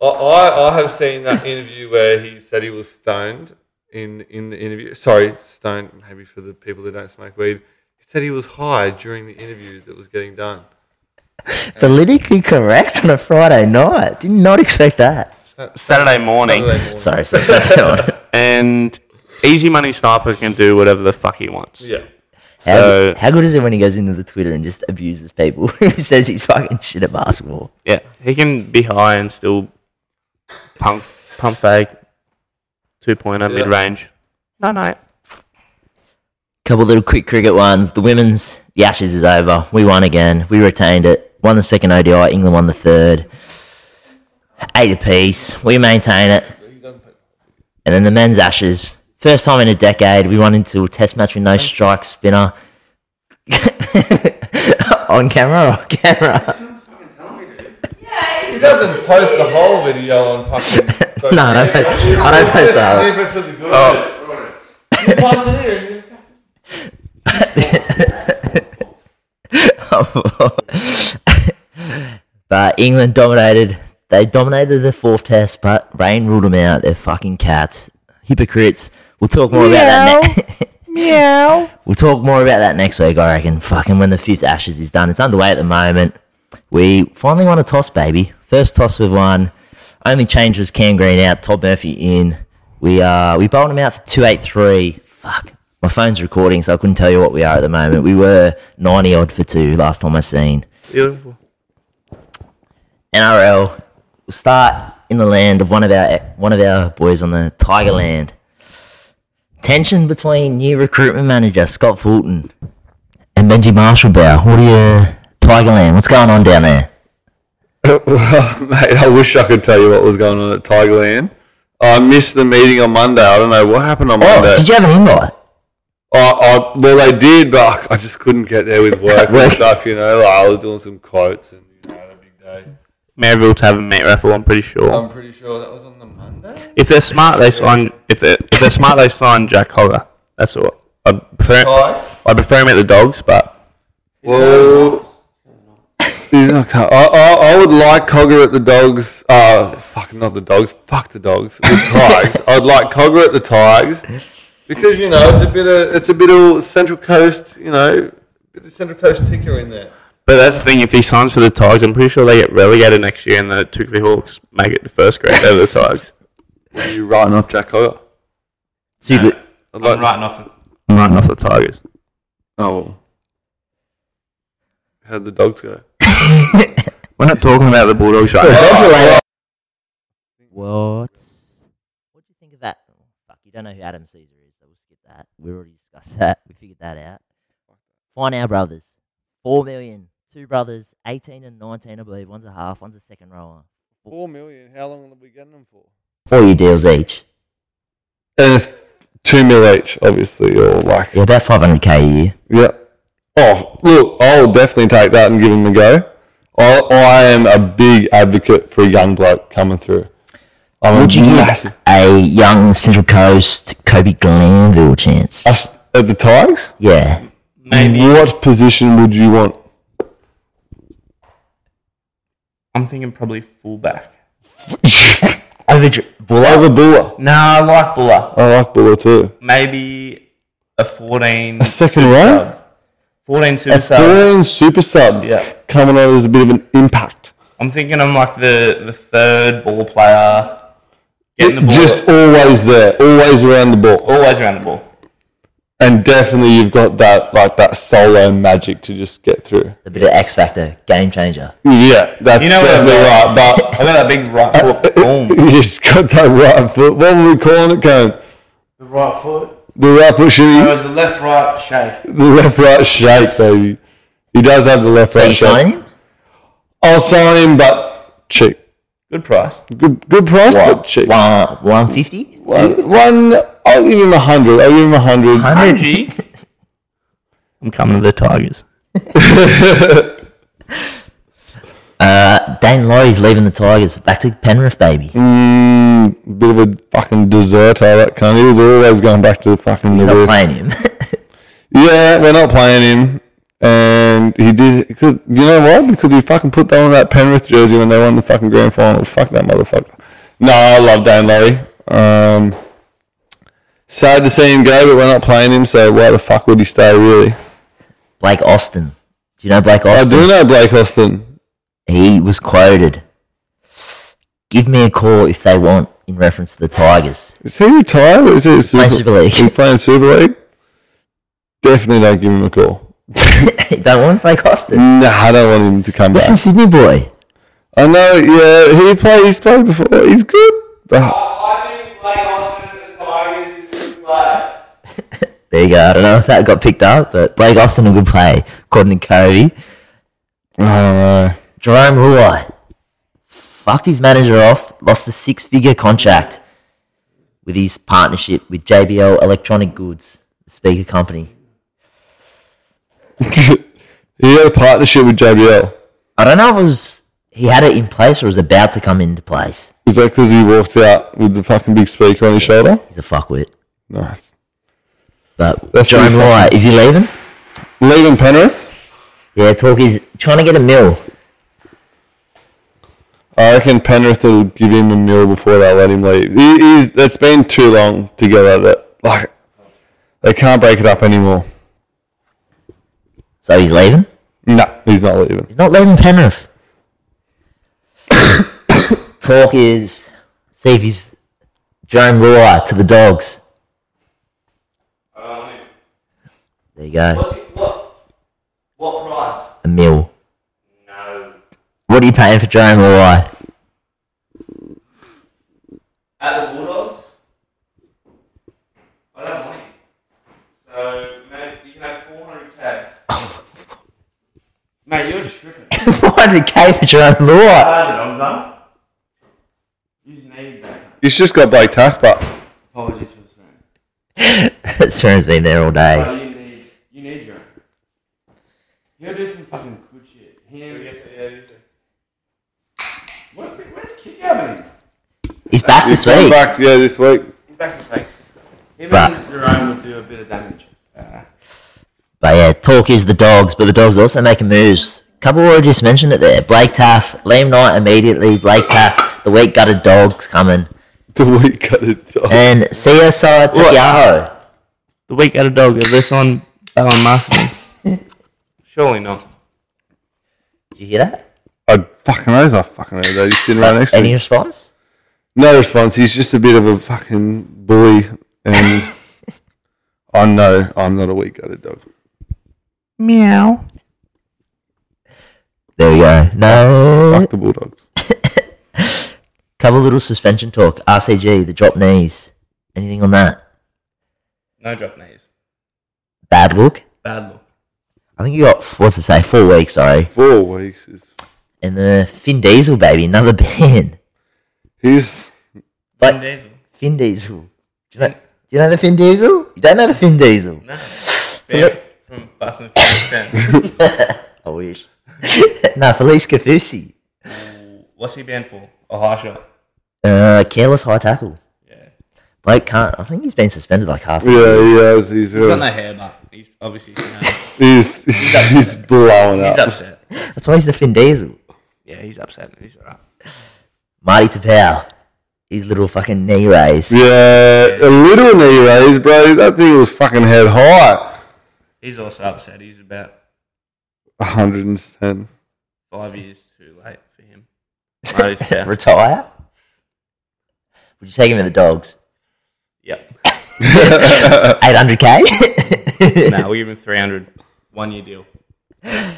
I I have seen that interview where he said he was stoned in in the interview. Sorry, stoned. Maybe for the people that don't smoke weed, he said he was high during the interview that was getting done.
Politically correct on a Friday night. Did not expect that.
Saturday morning.
Saturday morning.
Sorry, sorry, sorry.
And Easy Money Sniper can do whatever the fuck he wants.
Yeah.
How,
So-
how good is it when he goes into the Twitter and just abuses people <laughs> who says he's fucking shit at basketball?
Yeah. He can be high and still pump, pump fake 2.0
Yeah.
mid range. No, no.
Couple little quick cricket ones. The women's the Ashes is over. We won again. We retained it. Won the second ODI. England won the third. Eight apiece. We maintain it. And then the men's Ashes. First time in a decade, we won into a test match with no strike spinner. <laughs> On camera or camera?
He doesn't post the whole video on fucking.
<laughs>
social
No, I don't
media.
post- I don't post the whole.
Snippets of the good. Oh.
<laughs> but England dominated. They dominated the fourth test, but rain ruled them out. They're fucking cats, hypocrites. We'll talk more about that. Ne- <laughs> Meow. We'll talk more about that next week, I reckon. Fucking when the fifth Ashes is done, it's underway at the moment. We finally won a toss, baby. First toss we've won. Only change was Cam Green out, Todd Murphy in. We uh we bowled him out for two eight three. Fuck. My phone's recording, so I couldn't tell you what we are at the moment. We were ninety odd for two last time I seen.
Beautiful.
NRL. We'll start in the land of one of our one of our boys on the Tigerland. Tension between new recruitment manager Scott Fulton and Benji Marshall. Bow. What are you, Tigerland? What's going on down there?
Mate, I wish I could tell you what was going on at Tigerland. I missed the meeting on Monday. I don't know what happened on
Oh,
Monday.
did you have an invite?
I, I, well, they did, but I I just couldn't get there with work
<laughs>
and
Work.
stuff. You know, like, I was doing some quotes and you know, had a big day.
Maryville Tavern meat raffle, I'm pretty sure.
I'm pretty sure that was on the Monday.
If they're smart, they sign. If they're, if they're smart, they sign Jack Hogger. That's all. I prefer,
Right.
I prefer him at the dogs, but
Well, he's not. co- I, I, I would like Cogger at the Dogs. Uh, fuck, not the Dogs. Fuck the Dogs.
<laughs>
The Tigers. I'd like Cogger at the Tigers because you know it's a bit of it's a bit of Central Coast. You know, bit of Central Coast ticker in there.
but that's the thing. If he signs for the Tigers, I'm pretty sure they get relegated next year, and the Tukley Hawks make it to first grade over the Tigers.
Are you writing off Jack Cogger?
So you-
I'd like to s-
off. I'm writing off the Tigers.
Oh well. How'd the dogs go?
<laughs> We're not talking about the Bulldogs right now.
Oh, What? What do you think of that? Fuck, you don't know who Adam Caesar is, so we'll skip that. We already discussed that. We figured that out. Find our brothers. Four million. Two brothers, 18 and 19, I believe. One's a half, one's a second rower.
Four million. How long are we getting them for?
Four year deals each.
And it's two mil each, obviously, or like
Yeah, about 500k a year.
yeah. Oh, look, I'll definitely take that and give him a go. I, I am a big advocate for a young bloke coming through. I'm a
Would you
massive-
give a young Central Coast Kobe Glanville chance?
Us at the Tigers?
Yeah.
Maybe
What position would you <laughs> want?
I'm thinking probably fullback.
Over
Over Buller.
Nah, I like Buller.
I like Buller too.
Maybe a 14,
<laughs> A second row?
14
A
super sub.
foreign super sub
Yeah.
coming on as a bit of an impact.
I'm thinking I'm like the, the third ball player, getting the ball,
Just always there, always around the ball.
always around the ball.
And definitely you've got that like that solo magic to just get through.
A bit of X Factor, game changer.
Yeah, that's
You know what
definitely
I'm-
right. But Uh,
I got that big right foot. Boom.
<laughs> you just got that right foot. What were we calling it, Cone?
The right foot.
The right foot
Uh,
shooting,
was the left right shake.
the left right shake, baby. He does have the left
So you
right shake.
signing him?
I'll sign him, but cheap.
Good price.
Good, good price, but cheap.
One, 150?
One, one, I'll give him a hundred. I'll give him a hundred.
100?
Gee. I'm coming to the Tigers.
Uh, Dane Laurie's leaving the Tigers. Back to Penrith, baby.
Mm, bit of a fucking deserter, that kind. He was always going back to the fucking the
Not
roof.
playing him. <laughs>
Yeah, we're not playing him. And he did. he Could, you know why? Because he fucking put on that Penrith jersey when they won the fucking grand final. Fuck that motherfucker. No, I love Dan Lowry. Um, sad to see him go, but we're not playing him, so why the fuck would he stay, really?
Blake Austin. Do you know Blake Austin?
I do know Blake Austin.
He was quoted Give me a call if they want, in reference to the Tigers. <laughs>
Is he retired or is he
Playing Super
He's
League.
playing Super League? Definitely don't give him a call.
Don't want Blake Austin.
Nah, I don't want him to come
Listen,
back.
Sydney boy.
I know, yeah, he played, he's played before. He's good. but-
I think Blake Austin and the Tigers is play.
There you go. I don't know if that got picked up, but Blake Austin a good play, according to Cody. Uh,
I don't know.
Jerome Ruai fucked his manager off, lost a six figure contract with his partnership with JBL Electronic Goods, the speaker company.
he had a partnership with JBL.
I don't know if it was he had it in place or was about to come into place.
Is that because he walked out with the fucking big speaker on his shoulder?
He's a fuckwit.
Nice.
But
That's
Jerome
pretty
Ruai, is he leaving?
Leaving Penrith,
Yeah, talk is trying to get a mill.
I reckon Penrith will give him a meal before they let him leave. He, he's, it's been too long together that like they can't break it up anymore.
So he's leaving?
No, he's not leaving.
He's not leaving Penrith. <coughs> Talk is see if he's Jerome Luai to the dogs. There you go.
What? What price?
A mil.
No.
What are you paying for Jerome <laughs> Luai?
At the Bulldogs? I don't want him. So, mate, you can have 400k. mate, you're tripping.
400k for Jerome <laughs> Luai.
Hi, Lonzo. You just need that.
He's just got Blake Taff, but
Apologies for the swearing.
Seren's been there all day.
But you need, you need your. He'll do some fucking good shit. Him. Where's, where's kick out in?
He's back
he's
this
coming
week.
back. Yeah, this week. <laughs>
He's back this week. Even
But-
Jerome would do a bit of damage. Uh,
But yeah, talk is the dogs, but the dogs are also making moves. Couple already just mentioned it there. Blake Taff, Liam Knight immediately, Blake Taff, the weak gutted dogs coming.
The week cut it off.
And CSI Takiaho.
The week at a dog, is this on Alan Marketing? Surely not.
Did you hear that?
I fucking knows. I fucking know that he's sitting right next to
Any
me.
response?
No response. He's just a bit of a fucking bully, and I know I'm not a weak-gutted dog.
Meow.
There we go. No.
Fuck the Bulldogs.
Couple little suspension talk. RCG, the drop knees. Anything on that?
No drop knees.
Bad look.
Bad look.
I think you got what's to say four weeks. Sorry,
Four weeks is
and the Finn Diesel baby, another <laughs> band.
he's
But-
Vin Diesel.
Finn Diesel. Do you know, do you know the Finn Diesel? You don't know the Finn Diesel?
No. Vin From Fast and Furious 10.
I wish. <laughs> no, Felice Cafusi.
<laughs> What's he banned for? A high shot.
Uh, careless high tackle.
Yeah.
Blake can't. I think he's been suspended like half.
yeah, he has, he's
He's got
uh,
no hair, but he's obviously you know, he's
he's <laughs> he's blowing up.
upset.
That's why he's the Finn Diesel.
Yeah, he's upset. He's alright.
Marty Tapau. His little fucking knee raise.
Yeah, a little knee raise, bro. That thing was fucking head high.
He's also upset. He's about
110.
five years too late for <laughs> him. Right, Oh, yeah.
Retire. Would you take him to the dogs?
Yep.
800k?
No, we give him 300. One year deal.
<laughs>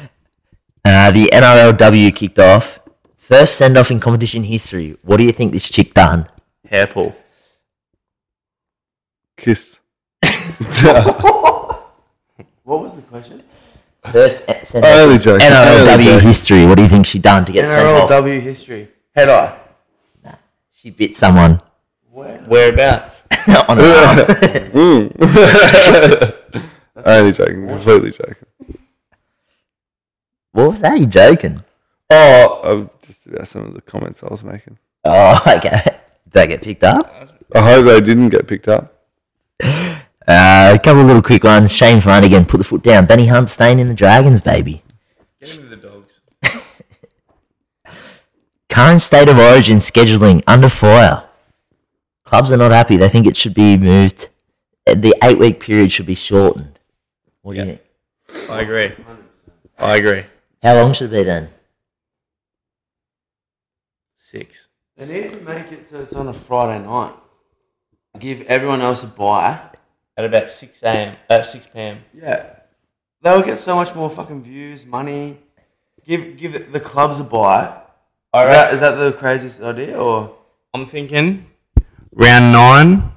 Uh, the NRLW kicked off. First send off in competition history. What do you think this chick done?
Hair pull.
Kiss.
What was the question?
First e- send
I
off.
only joking. I only
NRLW
joking.
history. What do you think she done to get sent off?
NRLW history. Head eye.
She bit someone <laughs>
Whereabouts?
on her arm.
Mm. I only joking. Completely joking.
What was that? You joking?
Oh, I'm just about some of the comments I was making.
Oh, <laughs> okay. Did I get picked up?
I hope they didn't get picked up.
Uh, a couple of little quick ones. Shane Flanagan put the foot down. Benny Hunt staying in the Dragons, baby.
Get him to the dogs.
<laughs> Current state of origin scheduling under fire. Clubs are not happy. They think it should be moved. uh, The eight week period should be shortened. What do you think?
I agree. I agree.
How long should it be then?
Six.
They need to make it so it's on a Friday night. Give everyone else a buy.
At about 6 a.m. At 6 p.m.
Yeah. They'll get so much more fucking views, money. Give give it- the clubs a buy.
All
Is
right.
that, is that the craziest idea or
I'm thinking round nine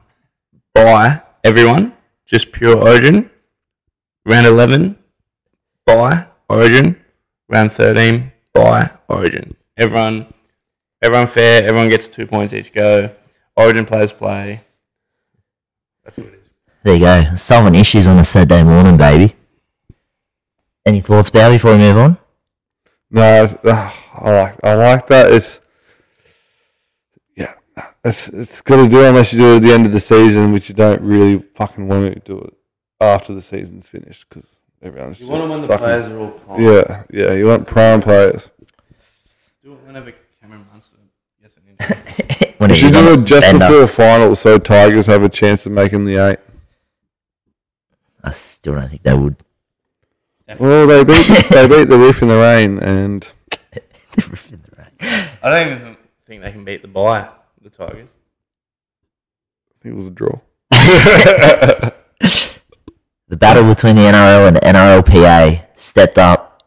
by everyone, just pure Origin. Round 11 by Origin. Round 13 by Origin. Everyone, everyone fair. Everyone gets two points each go. Origin players play. That's what it is.
There you go. Solving issues on a Saturday morning, baby. Any thoughts, Bow, before we move
<laughs>
on?
No, it's- ah, I like I like that. It's yeah, it's it's gonna do it unless you do it at the end of the season, which you don't really fucking want to do it after the season's finished because everyone's
you
just
want them when the
fucking-
players are all prime?
Yeah, yeah, you want prime players.
Do it whenever Cameron Munster gets an
When
Should
on
do
a
it just
bender.
before the final, so Tigers have a chance of making the eight.
I still don't think they would.
Well, they beat they beat the roof in the rain, and
I don't even think they can beat the buy, the Tigers.
I think it was a draw.
the battle between the NRL and the NRLPA stepped up.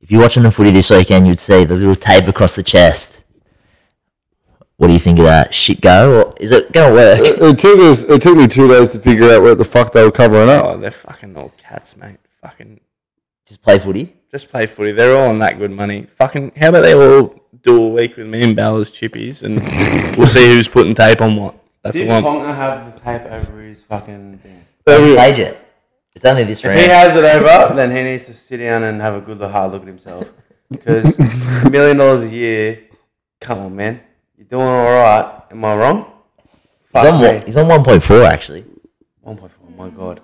If you're watching the footy this weekend, you'd see the little tape across the chest. What do you think of that? Shit go? Or is it going to work?
It, it took us it took me two days to figure out what the fuck they were covering up.
Oh, they're fucking all cats, mate. Fucking
Just play footy?
Just play footy. They're all on that good money. Fucking, how about they all do a week with me and Bella's chippies, and we'll see who's putting tape on what. That's
Did
the one.
Ponga have the tape over his fucking thing?
Haven't played yet. It's only this
If he
round.
has it over, then he needs to sit down and have a good look, hard look at himself.
<laughs>
Because a million dollars a year, come on, man. You're doing all right. Am I wrong?
He's on, one-
Fuck me.
he's on 1.4 actually.
1.4, oh my God.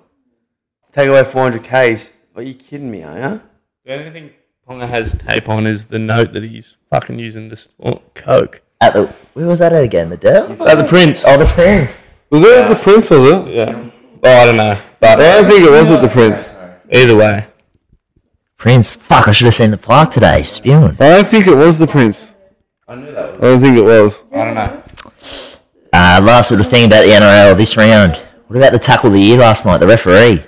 Take away 400K. Are you kidding me, are you?
The only thing Ponga has tape on is the note that he's fucking using to snort coke.
At the, where was that at again? The Dell?
Uh, the Prince.
Oh, the Prince.
Was it at the Prince? Was it?
Yeah. Oh, I don't know, but
I don't think it was at the Prince.
either way,
Prince. Fuck, I should have seen the park today. Spewing.
I don't think it was the Prince.
I knew that
I don't think it was.
I don't know.
Uh, last little thing about the NRL this round. What about the tackle of the year last night? The referee.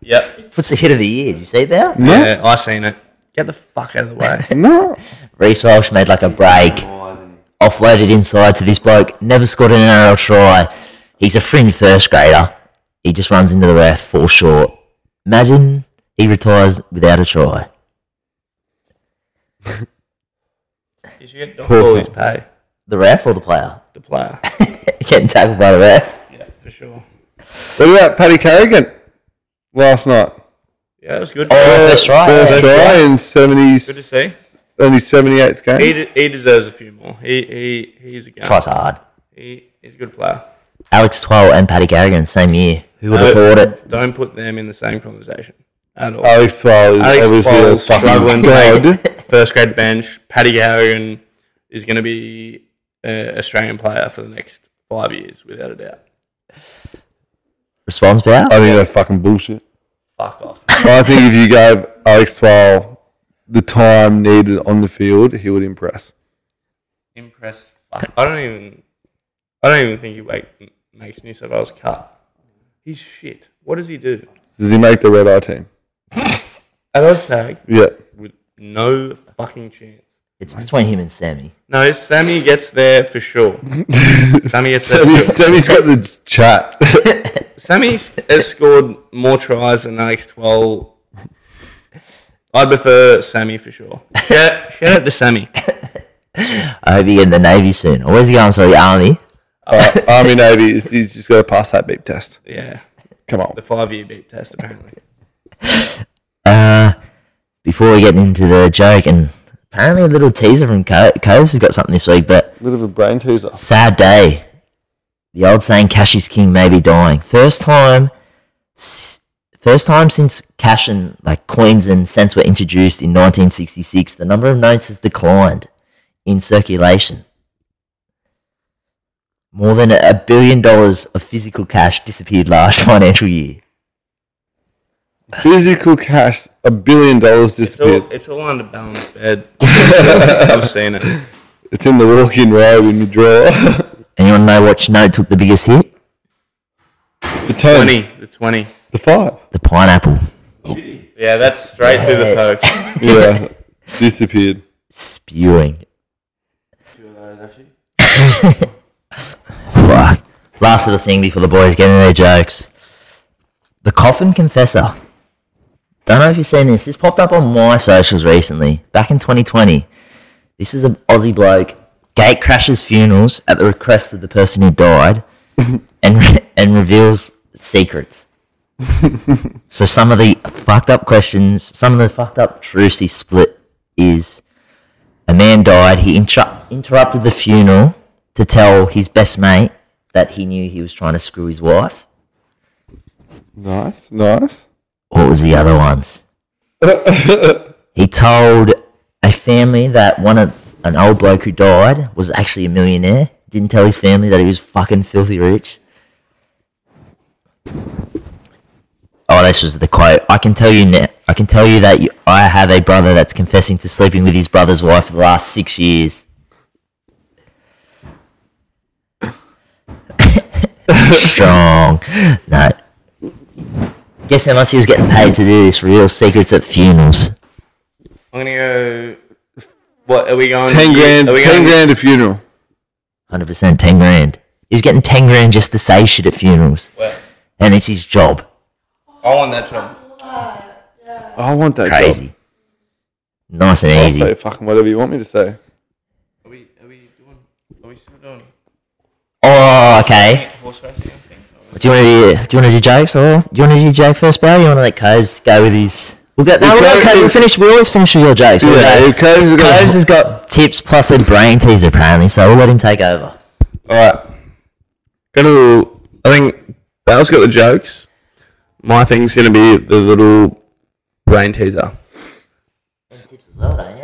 Yep.
What's the hit of the year? Did you see that?
No,
Yeah, I seen it. Get the fuck out of the way.
no.
Reece Walsh made like a break,
one.
offloaded inside to this bloke, never scored an NRL try. He's a fringe first grader. He just runs into the ref, falls short. Imagine he retires without a try.
You should get Don Corley's pay,
The ref or the player? <laughs>
the player.
Getting tackled by the ref.
yeah, for sure.
Look at that, Paddy Carrigan last night.
Yeah, it was good.
Oh, first try.
First try in 70s,
good to see.
only 78th
He,
game.
de- he deserves a few more. He he he's a guy.
Tries hard.
He, he's a good player.
Alex Twell and Paddy Carrigan, same year. Uh, Who would have
No.
thought it?
Don't put them in the same conversation at all.
Alex Twile is
Alex
obviously a
Twile's
fucking
struggling.
god.
First grade bench. Paddy Harrigan is going to be an Australian player for the next five years, without a doubt.
Response power?
I think that's fucking bullshit.
Fuck off. <coughs>
I think if you gave Alex Twile the time needed on the field, he would impress.
Impressed. Fuck. I don't even. I don't even think he make, makes New South Wales cut. He's shit. What does he do?
Does he make the red eye team?
At Oztag,
Yeah.
with no fucking chance.
It's between him and Sammy.
No, Sammy gets there for <laughs> sure. Sammy gets there.
Sammy,
For sure.
Sammy's got the chat. <laughs>
Sammy <laughs> has scored more tries than Alex Twelve. I prefer Sammy for sure. Shout, shout out to Sammy.
I hope you in the Navy soon. Or where's he going? Sorry, Army.
uh, Army Navy, he's- he's just got to pass that beep test.
Yeah,
Come on.
the five year beep test apparently.
Uh, before we get into the joke, and apparently a little teaser from Co- Coase has got something this week, but
Bit of a brain teaser.
sad day. The old saying, "Cash is king," may be dying. First time, s- first time since cash and like coins and cents were introduced in 1966, the number of notes has declined in circulation. More than a billion dollars of physical cash disappeared last <laughs> financial year.
Physical cash, a billion dollars
It's all,
disappeared.
it's all under balance bed. I've seen it.
It's in the walk-in robe in the drawer. <laughs>
Anyone know which note took the biggest hit?
the ten,
Twenty, the twenty.
the five.
The pineapple.
Yeah, that's straight through the poke.
Yeah, disappeared.
Spewing. Fuck. Last little thing before the boys get into their jokes. The Coffin Confessor. Don't know if you've seen this. This popped up on my socials recently, back in 2020. This is an Aussie bloke. Gate crashes funerals at the request of the person who died and, re- and reveals secrets. so some of the fucked up questions, some of the fucked up truths he split is a man died. He inter- interrupted the funeral to tell his best mate that he knew he was trying to screw his wife.
Nice, nice.
What was the other ones? he told a family that one of an old bloke who died was actually a millionaire. Didn't tell his family that he was fucking filthy rich. Oh, this was the quote. I can tell you now. I can tell you that you, I have a brother that's confessing to sleeping with his brother's wife for the last six years. <laughs> Strong. No. Guess how much he was getting paid to do this? Real secrets at funerals.
I'm gonna go. What are we going?
Ten grand,
Are we
ten
going-
grand a funeral.
Hundred percent, ten grand. He was getting ten grand just to say shit at funerals,
Well,
and it's his job.
I want Oh, that job.
I want that job.
Crazy. Nice and
I'll
easy.
say fucking whatever you want me to say.
Are we? Are we doing? Are we still doing
Oh, okay.
horse racing? I think.
Do you want to do? Do you want to do jokes or do you want to do Jake first, Barry? You want to let Coves go with his? We'll go. No,
Well,
we'll, go,
Coves-
Coves- we'll finish. We always finish with your jokes. We'll
Yeah,
go.
if Coves has got- <laughs>
Coves has got tips plus a brain teaser apparently, so we'll let him take over.
All right. Gonna. I think Bale's got the jokes. My thing's gonna be the little brain teaser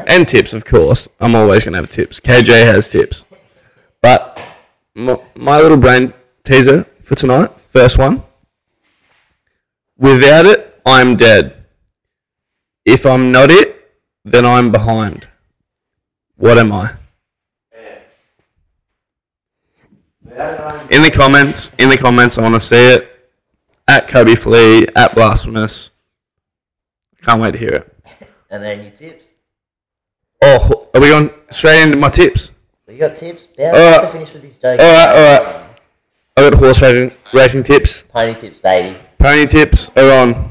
and tips, of course. I'm always gonna have tips. KJ has tips, but my, my little brain teaser for tonight. First one. Without it, I'm dead. If I'm not it, then I'm behind. What am I? in the comments, in the comments, I want to see it. At Kobe Flea, at Blasphemous. Can't wait to hear it.
And then your tips.
Oh, are we going straight into my tips?
You got tips? Barry
Uh,
finish with his jokes.
All right, all right. I Expert horse racing, racing tips.
Pony tips, baby.
Pony tips are on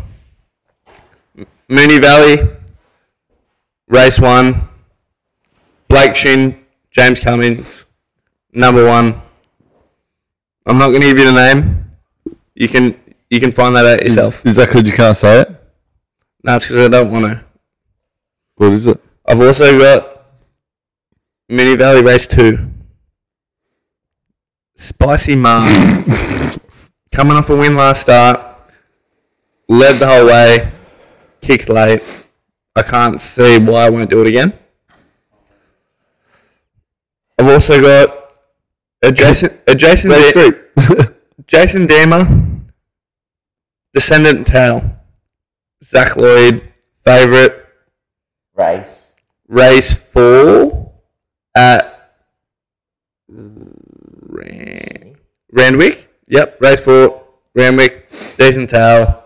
M- Mooney Valley, race one. Blake Shin, James Cummings, number one. I'm not going to give you the name. You can you can find that out yourself.
Is that because you can't say it?
No, it's because I don't want to.
What is it?
I've also got Mini Valley Race 2. Spicy
<laughs>
Mark. Coming off a win last start. Led the whole way. Kicked late. I can't see why I won't do it again. I've also got adjacent adjacent <laughs> Jason Deemer, Descendant Tail, Zach Lloyd, Favorite,
Race.
race four at Ran- Randwick. Yep, race four, Randwick, decent tail.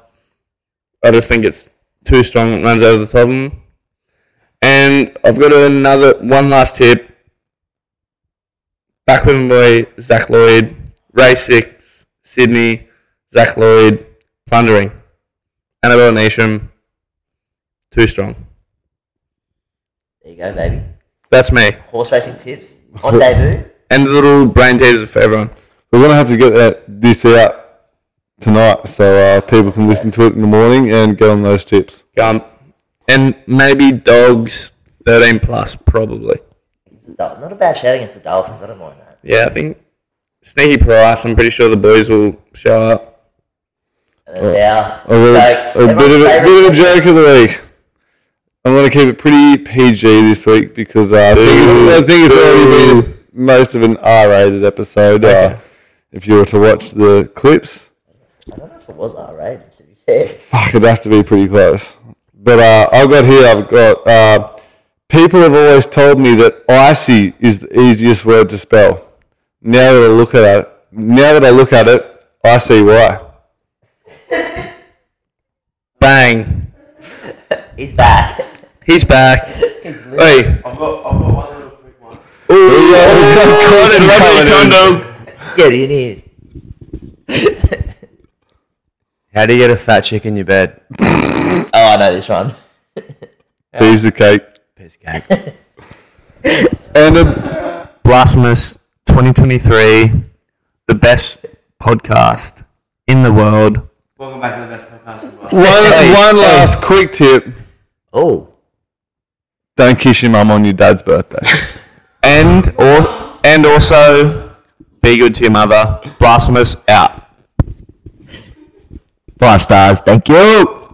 I just think it's too strong. It runs over the top of 'em. And I've got another one last tip. Backwoman boy Zach Lloyd, race six, Sydney, Zach Lloyd, plundering. Annabelle Nation, too strong.
There you go, baby.
That's me.
Horse racing tips on debut.
and the little brain teaser for everyone.
We're gonna have to get that this out tonight, so uh, people can listen to it in the morning and get on those tips.
Um, and maybe dogs 13 plus, probably.
It's the Dol- not a bad shout against the Dolphins. I don't mind that.
Yeah, I think sneaky price. I'm pretty sure the boys will show up.
And then now,
A, little,
Stoke,
a bit of
everyone's
a, bit of
favourite-
a joke of the week. I'm gonna keep it pretty PG this week because uh, I think it's, I think it's already been most of an R-rated episode. Uh, if you were to watch the clips,
I don't know if it was R rated, to be fair.
fuck, it'd have to be pretty close. But uh, I've got here. I've got uh, people have always told me that icy is the easiest word to spell. Now that I look at it, now that I look at it, I see why.
Bang.
He's back.
He's
<laughs>
back. hey.
I've got, I've got one little quick one.
Get in here.
How do you get a fat chick in your bed?
Oh, I know this one.
Piece of cake.
Piss cake.
And a,
Blasphemous 2023, the best podcast in the world.
Welcome back to the best podcast in the world.
one, one last quick tip.
Oh.
Don't kiss your mum on your dad's birthday.
And, or, and also, be good to your mother. Blasphemous out.
Five stars. Thank you.